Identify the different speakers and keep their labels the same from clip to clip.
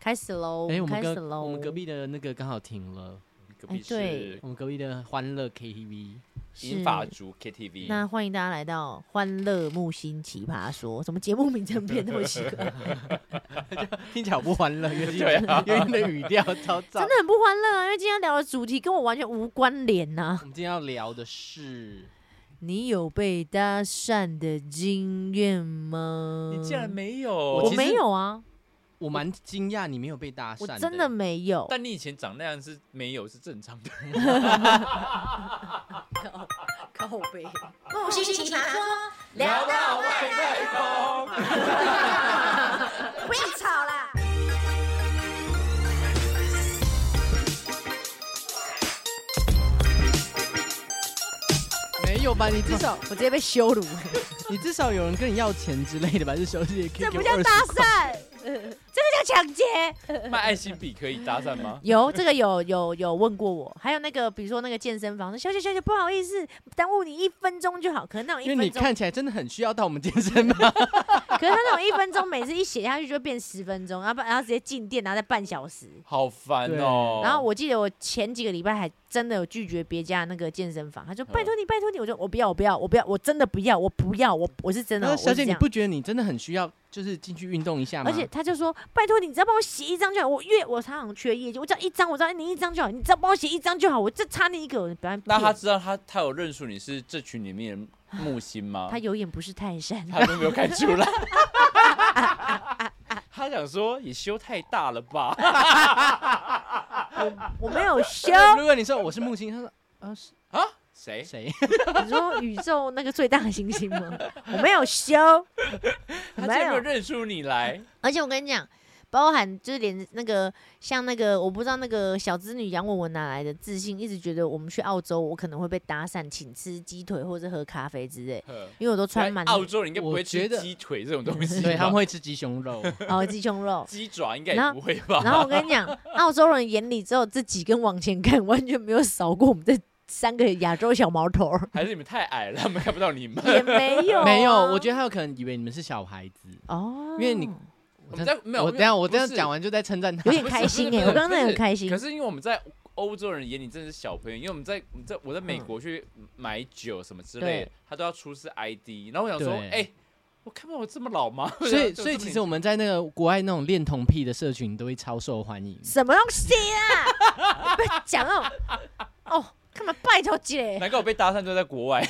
Speaker 1: 开始喽，
Speaker 2: 哎，我
Speaker 1: 开
Speaker 2: 们
Speaker 1: 始
Speaker 2: 隔
Speaker 1: 喽。
Speaker 2: 我们隔壁的那个刚好停了，
Speaker 3: 隔壁
Speaker 1: 哎对
Speaker 3: 是
Speaker 2: 我们隔壁的欢乐 KTV，
Speaker 1: 是
Speaker 3: 英法族 KTV，
Speaker 1: 那欢迎大家来到《欢乐木星奇葩说》，什么节目名称变那么奇 怪，真
Speaker 2: 听起来好不欢 乐，尤其
Speaker 3: 对啊
Speaker 2: 尤其那语调 超
Speaker 1: 的
Speaker 2: 燥。
Speaker 1: 很不欢乐啊！因为今天聊的主题跟我完全无关联呐、
Speaker 2: 我们今天要聊的是，
Speaker 1: 你有被搭讪的经验吗？
Speaker 3: 你竟然没有，
Speaker 2: 我
Speaker 1: 嗯我
Speaker 2: 其实
Speaker 1: 没有啊，
Speaker 2: 我蛮惊讶你没有被搭
Speaker 1: 我
Speaker 2: 讪，
Speaker 1: 真的没有。
Speaker 3: 但你以前长那样是没有是正常的。
Speaker 1: 靠背，
Speaker 4: 木星奇葩说，
Speaker 3: 聊 到外太 空，
Speaker 4: 不要吵啦！
Speaker 2: 没有吧？你至少
Speaker 1: 我直接被羞辱，
Speaker 2: 你至少有人跟你要钱之类的吧？这小姐可以
Speaker 1: 这不
Speaker 2: 给我
Speaker 1: 叫
Speaker 2: 20
Speaker 1: 搭
Speaker 2: 块
Speaker 1: 讪，呃 这个叫抢劫。
Speaker 3: 卖爱心笔可以搭讪吗？
Speaker 1: 有这个有有有问过我，还有那个比如说那个健身房，小姐小姐不好意思，耽误你一分钟就好，可能那种一
Speaker 2: 因为你
Speaker 1: 分钟，
Speaker 2: 看起来真的很需要到我们健身房，
Speaker 1: 可是他那种一分钟，每次一写下去就变十分钟，然后不然后直接进店，然后再半小时。
Speaker 3: 好烦哦。
Speaker 1: 然后我记得我前几个礼拜还真的有拒绝别家那个健身房，他说拜托你拜托你，我说我不要我不要我不要我真的不要我不要我我是真的
Speaker 2: 然
Speaker 1: 哦
Speaker 2: 后
Speaker 1: 我
Speaker 2: 小
Speaker 1: 是
Speaker 2: 姐
Speaker 1: 这
Speaker 2: 你
Speaker 1: 样，
Speaker 2: 不觉得你真的很需要就是进去运动一下吗？
Speaker 1: 而且他就说拜托你只要帮我写一张就好，我月我常常缺业绩，我只要一张我只要你一张就好，你只要帮我写一张就好，我这差你一个，我不要
Speaker 3: 那他
Speaker 1: 骗
Speaker 3: 知道他他有认出你是这群里面的木星吗？
Speaker 1: 他有眼不识泰山。
Speaker 3: 啊他都没有看出来。他想说也修太大了吧？
Speaker 1: 我没 有修。
Speaker 2: 如果你说我是木星，他说啊是
Speaker 3: 啊？谁？
Speaker 2: 谁？
Speaker 1: 你说宇宙那个最大的星星 吗？我没有修，没
Speaker 3: 他竟然没有
Speaker 1: 有。
Speaker 3: 认出你 来？
Speaker 1: 而且我跟你讲，包含就是连那个像那个我不知道那个小资女杨文文哪来的自信，一直觉得我们去澳洲我可能会被搭讪，请吃鸡腿或者喝咖啡之类，
Speaker 3: 呵
Speaker 1: 因为我都穿满
Speaker 3: 澳洲人应该不
Speaker 2: 我
Speaker 3: 会
Speaker 2: 觉
Speaker 3: 吃
Speaker 2: 得
Speaker 3: 鸡腿这种东西吧，。
Speaker 2: 对，他们会吃鸡 胸肉。
Speaker 1: 哦鸡胸肉
Speaker 3: 鸡爪应该
Speaker 1: 然
Speaker 3: 也
Speaker 1: 后
Speaker 3: 不会吧？
Speaker 1: 然后我跟你讲，澳洲人眼里只有自己跟往前看，完全没有扫过我们这三个亚洲小毛头儿，
Speaker 3: 还是你们太矮了，他们看不到你们。
Speaker 1: 也没有、
Speaker 2: 没有，我觉得他有可能以为你们是小孩子。
Speaker 1: 得哦，
Speaker 2: 因为你
Speaker 3: 我
Speaker 2: 我
Speaker 3: 们
Speaker 2: 真
Speaker 3: 在没有，
Speaker 2: 我等一下我
Speaker 3: 不
Speaker 2: 这样
Speaker 3: 是
Speaker 2: 讲完就在称赞他
Speaker 1: 有。 点开心
Speaker 3: 不
Speaker 1: 哎、
Speaker 3: 是不是
Speaker 1: 我刚刚那
Speaker 3: 不
Speaker 1: 很
Speaker 3: 是
Speaker 1: 开心
Speaker 3: 可。是因为我们在欧洲人眼里真的是小朋友，因为我们在我们在我在
Speaker 2: 嗯
Speaker 3: 美国去买酒什么之类的
Speaker 1: 对，
Speaker 3: 他都要出示 ID，然后我想说，
Speaker 2: 对
Speaker 3: 哎、我看不到我这么老吗？
Speaker 2: 所 以，
Speaker 3: 啊
Speaker 2: 所以其实我们在那个国外那种恋童癖的社群都会超受欢迎。
Speaker 1: 什么东西啊？不要讲哦，哦，干嘛拜托姐？
Speaker 3: 难怪我被搭讪都在国外，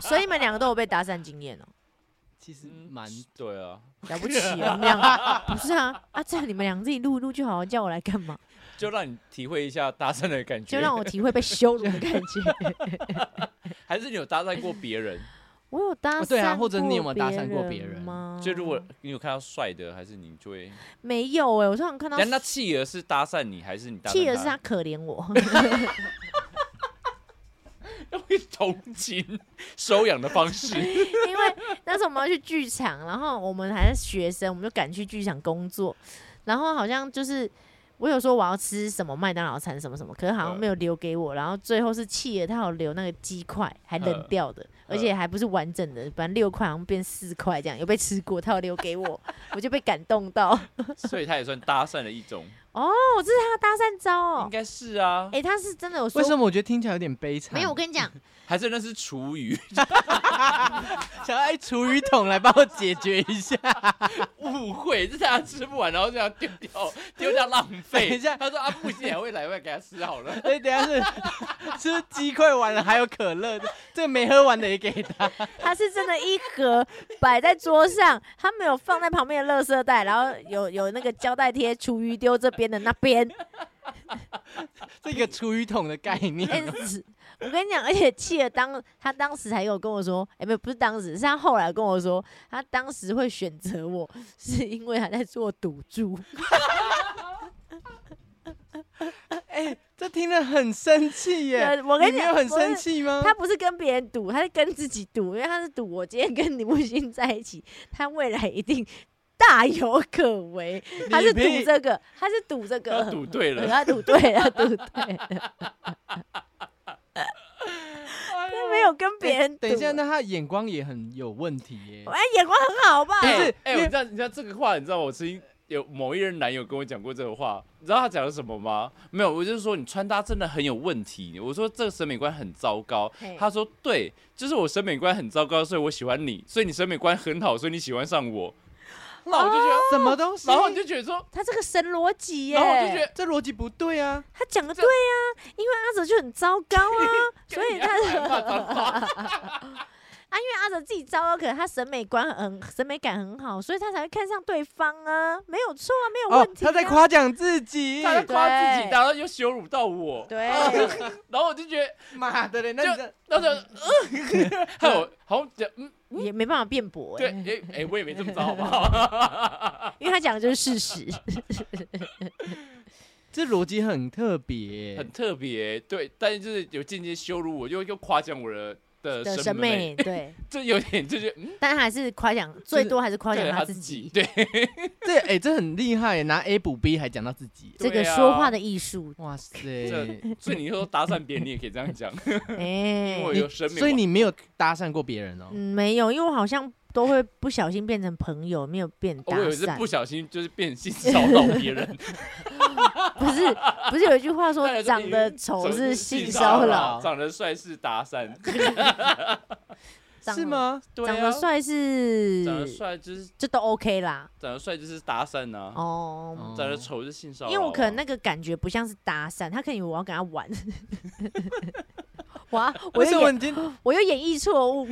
Speaker 1: 所以你们两个都有被搭讪经验哦，
Speaker 2: 其实蛮
Speaker 3: 对啊，
Speaker 1: 了不起啊！你们两 个不是啊啊，这样你们两个自己录一录就好，叫我来干嘛？
Speaker 3: 就让你体会一下搭讪的感觉，
Speaker 1: 就让我体会被羞辱的感 觉。
Speaker 3: 还是你有搭讪过别人？
Speaker 1: 我有搭讪、
Speaker 2: 哦对啊或者你有没有搭讪过别人
Speaker 1: 吗？
Speaker 3: 就如果你有看到帅的，还是你就会，
Speaker 1: 没有哎、我常常看到
Speaker 3: 但那企鹅是搭讪你，还是你搭讪
Speaker 1: 气的是他可怜我，
Speaker 3: 用同情收养的方式，
Speaker 1: 因为那时候我们要去剧场，然后我们还是学生，我们就赶去剧场工作。然后好像就是我有说我要吃什么麦当劳餐什么什么，可是好像
Speaker 3: 嗯
Speaker 1: 没有留给我。然后最后是气了，他有留那个鸡块，还冷
Speaker 3: 嗯
Speaker 1: 掉的，而且还不是完整的，反正六块好像变四块这样，有被吃过，他有留给我，我就被感动到。 哦，
Speaker 3: 所以他也算搭讪的一种，
Speaker 1: 这是他的搭讪招
Speaker 3: 应
Speaker 1: 哦。
Speaker 3: 该是啊。
Speaker 1: 哎、他是真的有说
Speaker 2: 为什么我觉得听起来有点悲惨？
Speaker 1: 没有？我，跟你讲，
Speaker 3: 还是那是厨余
Speaker 2: 想要一厨余桶来帮我解决一下。
Speaker 3: 误会，是他吃不完，然后这样丢 掉，丢掉浪费。
Speaker 2: 等一下
Speaker 3: 他说啊，不行，还会来，我也给他吃好了。
Speaker 2: 哎、等一下是 吃鸡块完了，还有可乐，这个没喝完的也给他。
Speaker 1: 他是真的一盒摆在桌上，他没有放在旁边的垃圾袋，然后有有那个胶带贴厨余丢这边的那边。
Speaker 2: 这个厨余桶的概念，
Speaker 1: 哎、 是我跟你讲，而且气儿当他当时还有跟我说，哎、没有，不是当时，是他后来跟我说，他当时会选择我，是因为他在做赌注。
Speaker 2: 哎、这听得很生气耶。
Speaker 1: 对 我跟你
Speaker 2: 你没
Speaker 1: 讲，
Speaker 2: 有很
Speaker 1: 不是
Speaker 2: 生气吗？
Speaker 1: 他不是跟别人赌，他是跟自己赌，因为他是赌我今天跟李木星在一起，他未来一定大有可为。他是赌
Speaker 2: 你哎
Speaker 1: 这个，他是赌这
Speaker 3: 他
Speaker 1: 个，
Speaker 3: 啊赌对
Speaker 1: 对
Speaker 3: 了，
Speaker 1: 他赌对了，赌对了，
Speaker 3: 哎
Speaker 1: 他没有跟别人赌。
Speaker 2: 等一下，那他眼光也很有问题耶
Speaker 1: 我。眼光很好吧？
Speaker 2: 不
Speaker 3: 哎
Speaker 2: 是
Speaker 3: 哎，
Speaker 2: 因
Speaker 3: 我
Speaker 2: 为
Speaker 3: 知道，你知道这个话，你知道我曾经有某一任男友跟我讲过这个话，你知道他讲了什么吗？没有，我就是说你穿搭真的很有问题。我说这个审美观很糟糕
Speaker 1: 嘿。
Speaker 3: 他说对，就是我审美观很糟糕，所以我喜欢你，所以你审美观很好，所以你喜欢上我。那我就觉得，
Speaker 2: 什么东西？
Speaker 3: 然后你就觉得说，
Speaker 1: 他这个神逻辑耶，
Speaker 3: 然后我就觉得
Speaker 2: 这逻辑不对啊！
Speaker 1: 他讲的
Speaker 3: 这
Speaker 1: 对啊，因为阿哲就很糟糕 啊，所以他
Speaker 3: 干你啊骂脏话
Speaker 1: 啊，因为阿哲自己糟糕，可能他审美观很审美感很好，所以他才会看上对方啊，没有错啊，没有
Speaker 2: 哦
Speaker 1: 问，题、啊
Speaker 2: 他在，夸奖自己，
Speaker 3: 他在夸自己，
Speaker 1: 对
Speaker 3: 然后又羞辱到我，
Speaker 1: 对，
Speaker 3: 然后我就觉得，
Speaker 2: 妈的嘞！那
Speaker 3: 就
Speaker 2: 你这
Speaker 3: 然后就，呃 还有好像讲，嗯，
Speaker 1: 也没办法辩驳、
Speaker 3: 对，
Speaker 1: 欸，
Speaker 3: 哎哎，我也没这么糟，好 不好？
Speaker 1: 因为他讲的就是事 实。
Speaker 2: 这逻辑很特别
Speaker 3: 很，特别，对，但是就是有间接羞辱我，又又夸奖我的的
Speaker 1: 的
Speaker 3: 审
Speaker 1: 审美，对，
Speaker 3: 这有点就是嗯，
Speaker 1: 但还是夸奖，最多还是夸
Speaker 3: 对
Speaker 1: 奖
Speaker 3: 了
Speaker 1: 他
Speaker 3: 他
Speaker 1: 自
Speaker 3: 自
Speaker 1: 己
Speaker 3: 己，。对，
Speaker 2: 这哎这很厉害耶，拿 A 补 B 还讲到自己，
Speaker 1: 这个
Speaker 3: 对啊
Speaker 1: 说话的艺 术，
Speaker 2: 哇塞！
Speaker 3: 这所以你说搭讪别人，你也可以这样 讲，
Speaker 1: 哎
Speaker 3: 因为，我有审美观，
Speaker 2: 所以你没有搭讪过别人哦，
Speaker 1: 嗯，没有，因为我好像都会不小心变成朋友，没有变
Speaker 3: 哦我
Speaker 1: 搭
Speaker 3: 有一次
Speaker 1: 讪
Speaker 3: 不。小心就是变性骚扰别人，
Speaker 1: 不是，不是有一句话
Speaker 3: 当
Speaker 1: 说
Speaker 3: 啊然是
Speaker 1: 长得
Speaker 3: 什
Speaker 1: 丑
Speaker 3: 么
Speaker 1: 是性
Speaker 3: 性
Speaker 1: 骚 扰，
Speaker 3: 扰，长得帅是 搭讪，
Speaker 1: 长
Speaker 2: 是？吗？
Speaker 3: 对
Speaker 1: 长
Speaker 3: 啊
Speaker 1: 得，帅
Speaker 3: 长
Speaker 1: 是，
Speaker 3: 得帅就是
Speaker 1: 这都 OK 啦。
Speaker 3: 长得帅就是搭讪啊，
Speaker 1: 哦，
Speaker 3: 长得丑是性骚扰啊，
Speaker 1: 因为我可能那个感觉不像是搭讪，他可能以为我要跟他 玩。 哇，我
Speaker 2: 而且
Speaker 1: 又
Speaker 2: 我
Speaker 1: 演
Speaker 2: 已经，
Speaker 1: 我又演绎错误。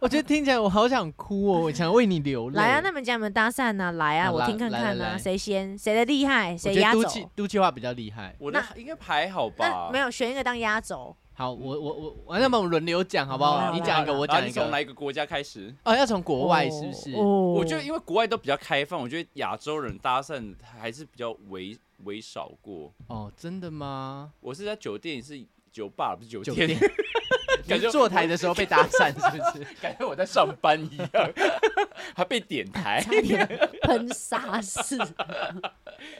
Speaker 2: 我觉得听起来我好想哭 哦，我想为你流泪。
Speaker 1: 来啊，那么家人们搭讪呐，来啊，
Speaker 2: 好
Speaker 1: 我
Speaker 2: 啦
Speaker 1: 听看
Speaker 2: 来
Speaker 1: 看
Speaker 2: 来
Speaker 1: 啊，
Speaker 2: 来
Speaker 1: 谁先谁的厉害，
Speaker 2: 我
Speaker 1: 谁
Speaker 2: 觉得
Speaker 1: 压
Speaker 2: 都
Speaker 1: 轴。
Speaker 2: 气都气话比较厉害。
Speaker 3: 我的应该还好吧
Speaker 1: 那没，有选一个当压轴，
Speaker 2: 好，我我我我，那么我们轮流讲好不
Speaker 1: 好
Speaker 3: 哦
Speaker 2: 好？
Speaker 1: 啊
Speaker 2: 你讲一个，
Speaker 1: 好啊
Speaker 2: 我
Speaker 3: 然后
Speaker 2: 讲一
Speaker 3: 你从哪
Speaker 2: 个。
Speaker 3: 一个国家开始？
Speaker 2: 哦，要从国外是不是？
Speaker 1: 哦
Speaker 3: 我觉得因为国外都比较开放，我觉得亚洲人搭讪还是比较为为少过。
Speaker 2: 哦，真的吗？
Speaker 3: 我是在酒店，是酒吧，不是酒
Speaker 2: 酒
Speaker 3: 店，
Speaker 2: 店
Speaker 3: 感觉
Speaker 2: 你坐台的时候被搭讪是不是？
Speaker 3: 感觉我在上班一样， 还被点 台。
Speaker 1: 差点喷沙 士。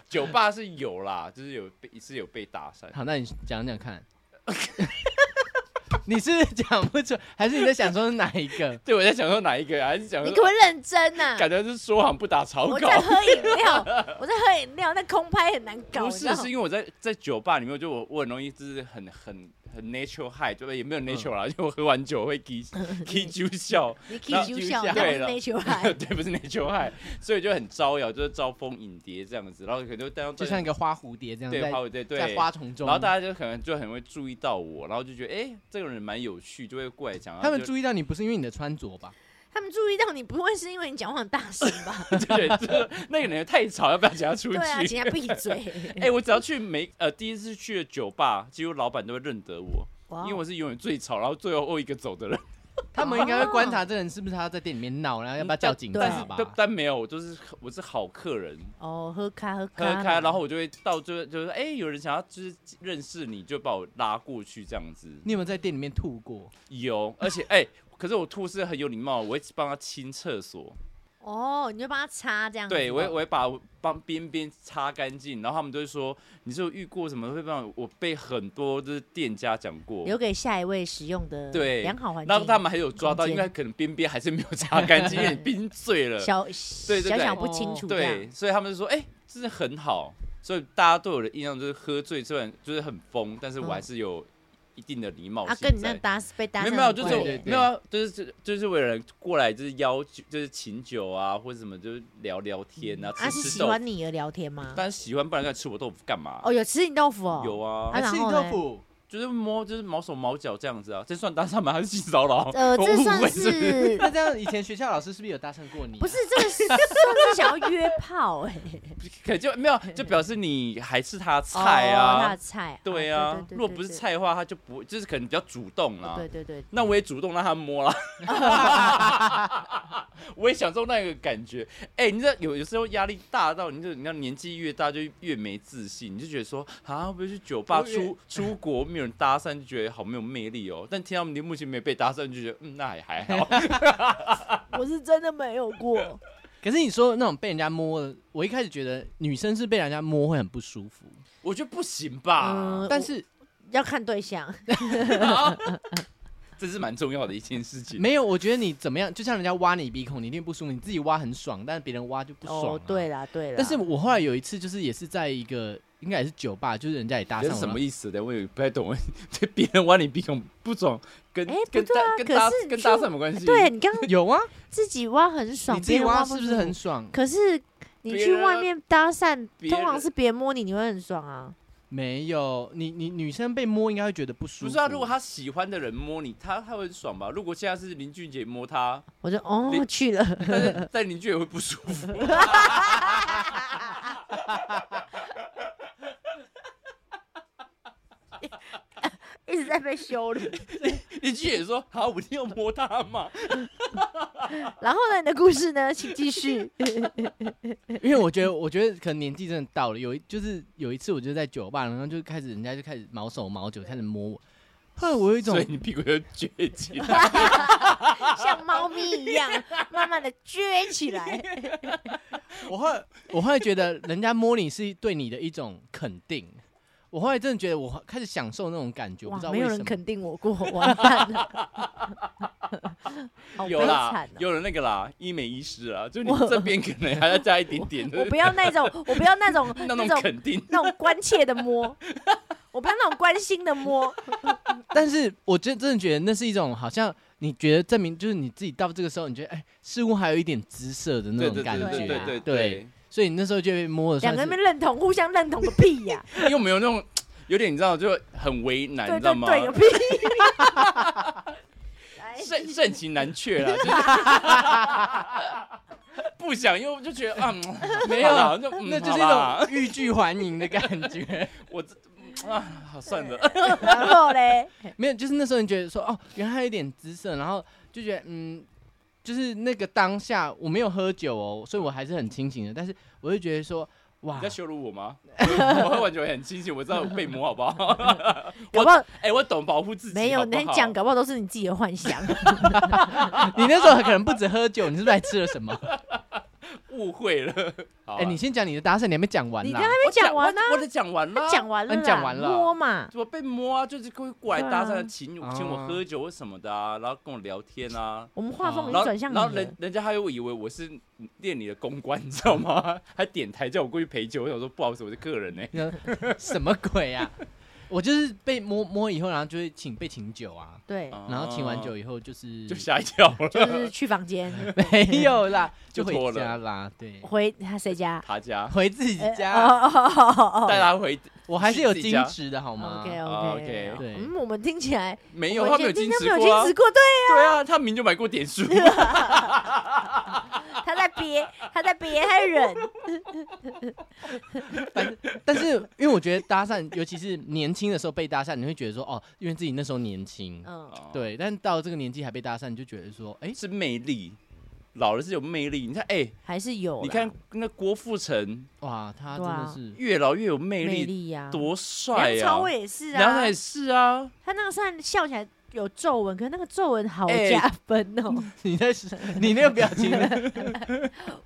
Speaker 3: 酒吧是有啦，就是有被是有被搭讪。
Speaker 2: 好，那你讲讲看。 你是不是讲不出，还是你在想说是哪一个？
Speaker 3: 对，我在想说哪一个啊？还是想
Speaker 1: 你可
Speaker 3: 说
Speaker 1: 不可以认真呐、
Speaker 3: 感觉是说好像不打草
Speaker 1: 我
Speaker 3: 稿
Speaker 1: 在？喝饮料， 我在喝饮料，那空拍很难搞。
Speaker 3: 不
Speaker 1: 你知道
Speaker 3: 是，
Speaker 1: 吗
Speaker 3: 是因为我在在酒吧里面，就我我很容易就是很很很 natural high，对吧？也没
Speaker 2: 嗯
Speaker 3: 有 natural 啦， 就我喝完酒会 k k 揪笑。
Speaker 1: 你
Speaker 3: 然
Speaker 1: K
Speaker 3: 后
Speaker 1: Q
Speaker 3: 就
Speaker 1: 笑，
Speaker 3: 下
Speaker 1: 那不
Speaker 3: 对
Speaker 1: 是
Speaker 3: 了
Speaker 1: nature
Speaker 3: 对，不是内疚害，所以就很招摇，就是招蜂引蝶这样子，然后可能就带到
Speaker 2: 就像一个花蝴蝶这样
Speaker 3: 对
Speaker 2: 在
Speaker 3: 花对
Speaker 2: 在
Speaker 3: 对，
Speaker 2: 花丛中，
Speaker 3: 然后大家就可能就很会注意到我，然后就觉得哎、诶这个人蛮有趣，就会过来讲。啊
Speaker 2: 他们
Speaker 3: 就
Speaker 2: 注意到你不是因为你的穿着吧？
Speaker 1: 他们注意到你不会是因为你讲话很大声吧？
Speaker 3: 就觉得这那个人太吵，要 不要请他出
Speaker 1: 对
Speaker 3: 去？
Speaker 1: 啊， 请他闭嘴。
Speaker 3: 哎、我只要去每呃第一次去的酒吧，几乎老板都会认得我，
Speaker 1: 哇哦
Speaker 3: 因为我是永远最吵，然后最后一个走的人。
Speaker 2: 他
Speaker 1: 哦
Speaker 2: 们应该会观察这人是不是他在店里面闹，然后要不要叫警
Speaker 1: 对
Speaker 2: 察吧
Speaker 3: 嗯但？但没有，我就是我是好客人，
Speaker 1: 哦，喝咖喝
Speaker 3: 喝
Speaker 1: 咖，
Speaker 3: 开，然后我就会到最后就是哎、诶有人想要就是认识你，就把我拉过去这样子。
Speaker 2: 你有没有在店里面吐过？
Speaker 3: 有，而且哎、可是我吐是很有礼貌，我会帮他清厕所，
Speaker 1: 哦，你就帮他擦
Speaker 2: 嗯
Speaker 1: 这样子。哦
Speaker 3: 对我会我会把帮边边擦干净，然后他们都会说你是有遇过什么会帮我我被很多就是店家讲过，
Speaker 1: 留给下一位使用的
Speaker 3: 对
Speaker 1: 良好环境。
Speaker 3: 然后他们还有抓到，
Speaker 1: 空
Speaker 3: 因
Speaker 1: 间
Speaker 3: 为可能边边还是没有 擦干净，因为 你冰醉了，
Speaker 1: 小
Speaker 3: 对对
Speaker 1: 小小不清楚这样
Speaker 3: 对，。所以他们就说哎、真的很好，所以大家对我的印象就是喝醉虽然就是很疯，但是我还是有一定的礼貌
Speaker 1: 嗯啊，
Speaker 3: 性
Speaker 1: 跟你那
Speaker 3: 在。
Speaker 1: 搭被搭
Speaker 3: 没
Speaker 1: 讪
Speaker 3: 有没有，
Speaker 1: 很
Speaker 3: 就是
Speaker 1: 怪
Speaker 3: 我
Speaker 2: 对
Speaker 1: 耶
Speaker 3: 没有啊，就是就就是为了过来就是邀酒，就是请酒啊，或者什么就是聊聊天啊，
Speaker 1: 啊
Speaker 3: 吃
Speaker 1: 是
Speaker 3: 吃
Speaker 1: 喜
Speaker 3: 豆腐。
Speaker 1: 欢你而聊天吗？
Speaker 3: 但是喜欢，不然在吃我豆腐干嘛？
Speaker 1: 哦，有吃你豆腐哦，
Speaker 3: 有
Speaker 1: 啊，
Speaker 3: 啊
Speaker 2: 还吃你
Speaker 1: 然后嘞
Speaker 2: 豆腐？
Speaker 3: 就是摸，就是毛手毛脚这样子啊，这算搭讪吗？还是性骚扰？
Speaker 1: 呃，
Speaker 3: 我
Speaker 1: 这
Speaker 3: 误
Speaker 1: 算
Speaker 3: 会是不是
Speaker 1: 是
Speaker 2: 那这样以前学校老师是不是有搭讪过 你啊？
Speaker 1: 不是这个是算是想要约炮哎、
Speaker 3: 可就没有，就表示你还是他的 菜
Speaker 1: 哦、他
Speaker 3: 啊
Speaker 1: 的。菜，
Speaker 3: 对哦
Speaker 1: 哦
Speaker 3: 啊，如果不是，菜的话，他就不就是可能比较主动啦
Speaker 1: 对。对对 对对对
Speaker 3: 那我也主动让他摸 啦，我也享受那个感觉。哎、你知道有有时候压力大到，你就你知道年纪越大就越没自信，你就觉得说啊，会不会去酒吧
Speaker 2: 我也
Speaker 3: 出 出国没有人搭讪，就觉得好没有魅力哦。但听到你目前没被搭讪，就觉得嗯，那也还 好。
Speaker 1: 我是真的没有过，
Speaker 2: 可是你说那种被人家摸的，我一开始觉得女生是被人家摸会很不舒服，
Speaker 1: 呃
Speaker 3: 呃我觉得不行吧？
Speaker 1: 嗯
Speaker 2: 但是
Speaker 1: 要看对象，
Speaker 3: 这是蛮重要的一件事情。
Speaker 2: 没有，我觉得你怎么样，就像人家挖你鼻孔，你一定不舒服，你自己挖很爽，但是别人挖就不爽、啊
Speaker 3: 啊
Speaker 1: 哦，对。啦，对啦。
Speaker 2: 但是我后来有一次，就是也是在一个应该也是酒吧，就是人家也搭
Speaker 3: 这
Speaker 2: 上
Speaker 3: 是
Speaker 2: 我
Speaker 3: 什
Speaker 2: 了
Speaker 3: 么意思的？我也不太懂。 对别人挖你鼻孔不爽，跟
Speaker 1: 哎不
Speaker 3: 跟
Speaker 1: 对啊
Speaker 3: 搭跟
Speaker 1: 可
Speaker 3: 搭
Speaker 1: 是
Speaker 3: 跟
Speaker 1: 就
Speaker 3: 搭讪没关系。
Speaker 1: 哎对，你刚刚
Speaker 2: 有啊，
Speaker 1: 自己挖 很爽，
Speaker 2: 你自
Speaker 1: 别
Speaker 2: 己
Speaker 1: 人
Speaker 2: 挖
Speaker 1: 挖
Speaker 2: 是
Speaker 1: 不
Speaker 2: 不是
Speaker 1: 舒
Speaker 2: 很
Speaker 1: 服？
Speaker 2: 爽？
Speaker 1: 可是你
Speaker 3: 别
Speaker 1: 去
Speaker 3: 人
Speaker 1: 外面搭讪，
Speaker 3: 别
Speaker 1: 通常
Speaker 3: 人
Speaker 1: 是别人摸你，你会很爽啊。
Speaker 2: 没有，你你女生被摸应该会觉得不舒服。
Speaker 3: 不是啊，如果他喜欢的人摸你，他他会很爽吧？如果现在是林俊杰摸 他，
Speaker 1: 我就哦
Speaker 3: 你
Speaker 1: 去了，
Speaker 3: 但是但林俊杰会不舒 服。
Speaker 1: 一直在被羞辱。
Speaker 3: 林俊杰说：“好，我一定要摸他嘛。
Speaker 1: 然后呢，你的故事呢，请继续。
Speaker 2: 因为我觉得，我觉得可能年纪真的到了，有一就是有一次，我就在酒吧，然后就开始人家就开始毛手毛脚开始摸我，后来我有一”种
Speaker 3: 所以你屁股就撅起来。
Speaker 1: 像猫咪一样，慢慢的撅起 来。
Speaker 2: 我后来我后来觉得人家摸你是对你的一种肯定，我后来真的觉得我开始享受那种感觉，我不
Speaker 1: 哇
Speaker 2: 知道，
Speaker 1: 没
Speaker 2: 为
Speaker 1: 有
Speaker 2: 什
Speaker 1: 人
Speaker 2: 么。
Speaker 1: 肯定我过，完蛋 了，好
Speaker 3: 有
Speaker 1: 悲
Speaker 3: 啦
Speaker 1: 惨，哦
Speaker 3: 有了那个啦，医美医师啊，就你这边可能还要加一点点
Speaker 1: 我
Speaker 3: 的
Speaker 1: 不要那种，我不要那种
Speaker 3: 那种肯定。
Speaker 1: 那种关切的摸，我不要那种关心的 摸。
Speaker 2: 但是我真真的觉得那是一种好像你觉得证明就是你自己到这个时候，你觉得哎，似乎还有一点姿色的那
Speaker 3: 对
Speaker 2: 种
Speaker 3: 对
Speaker 2: 感
Speaker 3: 对
Speaker 2: 觉，
Speaker 3: 对
Speaker 1: 啊
Speaker 3: 对对
Speaker 2: 对，所以你那时候就被摸的
Speaker 1: 两
Speaker 2: 算
Speaker 1: 个人
Speaker 2: 是
Speaker 1: 们认同，互相认同个屁 呀、
Speaker 3: 对，又没有那种有点你知道就很为难，
Speaker 1: 对
Speaker 3: 哎你知道
Speaker 1: 对
Speaker 3: 吗？
Speaker 1: 对，个 屁。 来
Speaker 3: 盛盛情难却啦，就是 不想又就觉得啊，嗯
Speaker 2: 没有
Speaker 3: 好啦就嗯
Speaker 2: 那就是
Speaker 3: 好
Speaker 2: 一
Speaker 3: 啦
Speaker 2: 种欲拒还迎的感觉。
Speaker 3: 我这嗯啊，好算了，
Speaker 1: 然后嘞，
Speaker 2: 没有，就是那时候你觉得说哦，原来还有一点姿色，然后就觉得嗯，就是那个当下我没有喝酒哦，所以我还是很清醒的，但是我就觉得说哇
Speaker 3: 你在，羞辱我 吗？我喝完酒也很清醒，我知道我被摸好不好？
Speaker 1: 搞不好
Speaker 3: 哎，我懂保护自己，
Speaker 1: 没有，
Speaker 3: 好不好
Speaker 1: 你讲，搞不好都是你自己的幻想。
Speaker 2: 你那时候可能不止喝酒，你是不是还吃了什么？
Speaker 3: 误会了。好啊
Speaker 2: 哎、你先讲你的搭讪，你还没讲完
Speaker 1: 你
Speaker 2: 啦
Speaker 1: 刚。还没讲完呢、
Speaker 3: 我我的讲完了，
Speaker 1: 讲完了啦，
Speaker 2: 嗯讲完了
Speaker 1: 摸嘛，
Speaker 3: 怎么被摸啊？就是会过来搭
Speaker 1: 对啊
Speaker 3: 讪，请我请我喝酒或什么的啊，然后跟我聊天啊。
Speaker 1: 我们画风已
Speaker 3: 然
Speaker 1: 经
Speaker 3: 后，
Speaker 1: 转向
Speaker 3: 然
Speaker 1: 你
Speaker 3: 后
Speaker 1: 了
Speaker 3: 人。人家还会以为我是店里的公关，你知道吗？ 还点台叫我过去陪酒，我想说不好意思，我是客人呢、欸
Speaker 2: 什么鬼啊？我就是被摸摸以后，然后就会请被请酒啊，
Speaker 1: 对，
Speaker 2: 然后请完酒
Speaker 3: 啊
Speaker 2: 以后就是
Speaker 3: 就吓一跳了。
Speaker 1: 就是去房间
Speaker 2: 没有啦，就
Speaker 3: 就
Speaker 2: 回
Speaker 3: 脱了
Speaker 2: 家啦，对，
Speaker 1: 回他谁家？
Speaker 3: 他家
Speaker 2: 回自己
Speaker 1: 呃
Speaker 2: 家，
Speaker 1: 哦哦哦 哦
Speaker 3: 带他回
Speaker 2: 我还是有
Speaker 3: 自己家
Speaker 2: 矜持的好吗？
Speaker 1: OK
Speaker 3: 哦
Speaker 1: OK
Speaker 3: ，OK
Speaker 2: 对
Speaker 1: 嗯，我们听起来
Speaker 3: 没
Speaker 1: 我
Speaker 3: 有，
Speaker 1: 以
Speaker 3: 他
Speaker 1: 前
Speaker 3: 没有
Speaker 1: 听
Speaker 3: 矜
Speaker 1: 他没有
Speaker 3: 持过啊
Speaker 1: 矜持。过，对，
Speaker 3: 对啊，他明就买过点数。
Speaker 1: 他在憋，他在憋，他在忍。
Speaker 2: 但是，因为我觉得搭讪，尤其是年轻的时候被搭讪，你会觉得说，哦，因为自己那时候年轻，
Speaker 1: 嗯，
Speaker 2: 对。啊但到这个年纪还被搭讪，你就觉得说，哎、
Speaker 3: 是魅力，老了是有魅力。你看，哎、
Speaker 1: 还是有啦。
Speaker 3: 你看那郭富城
Speaker 2: 哇，他真
Speaker 1: 对啊
Speaker 2: 的是，
Speaker 3: 越老越有魅
Speaker 1: 魅
Speaker 3: 力，
Speaker 1: 力啊呀，
Speaker 3: 多帅
Speaker 1: 梁
Speaker 3: 呀、
Speaker 1: 朝
Speaker 3: 啊！
Speaker 1: 伟也是
Speaker 3: 梁朝
Speaker 1: 啊
Speaker 3: 伟，是啊，
Speaker 1: 他那个虽然笑起来有皱纹，可是那个皱纹好
Speaker 3: 哎
Speaker 1: 加分哦。
Speaker 2: 你在 你那个表 情，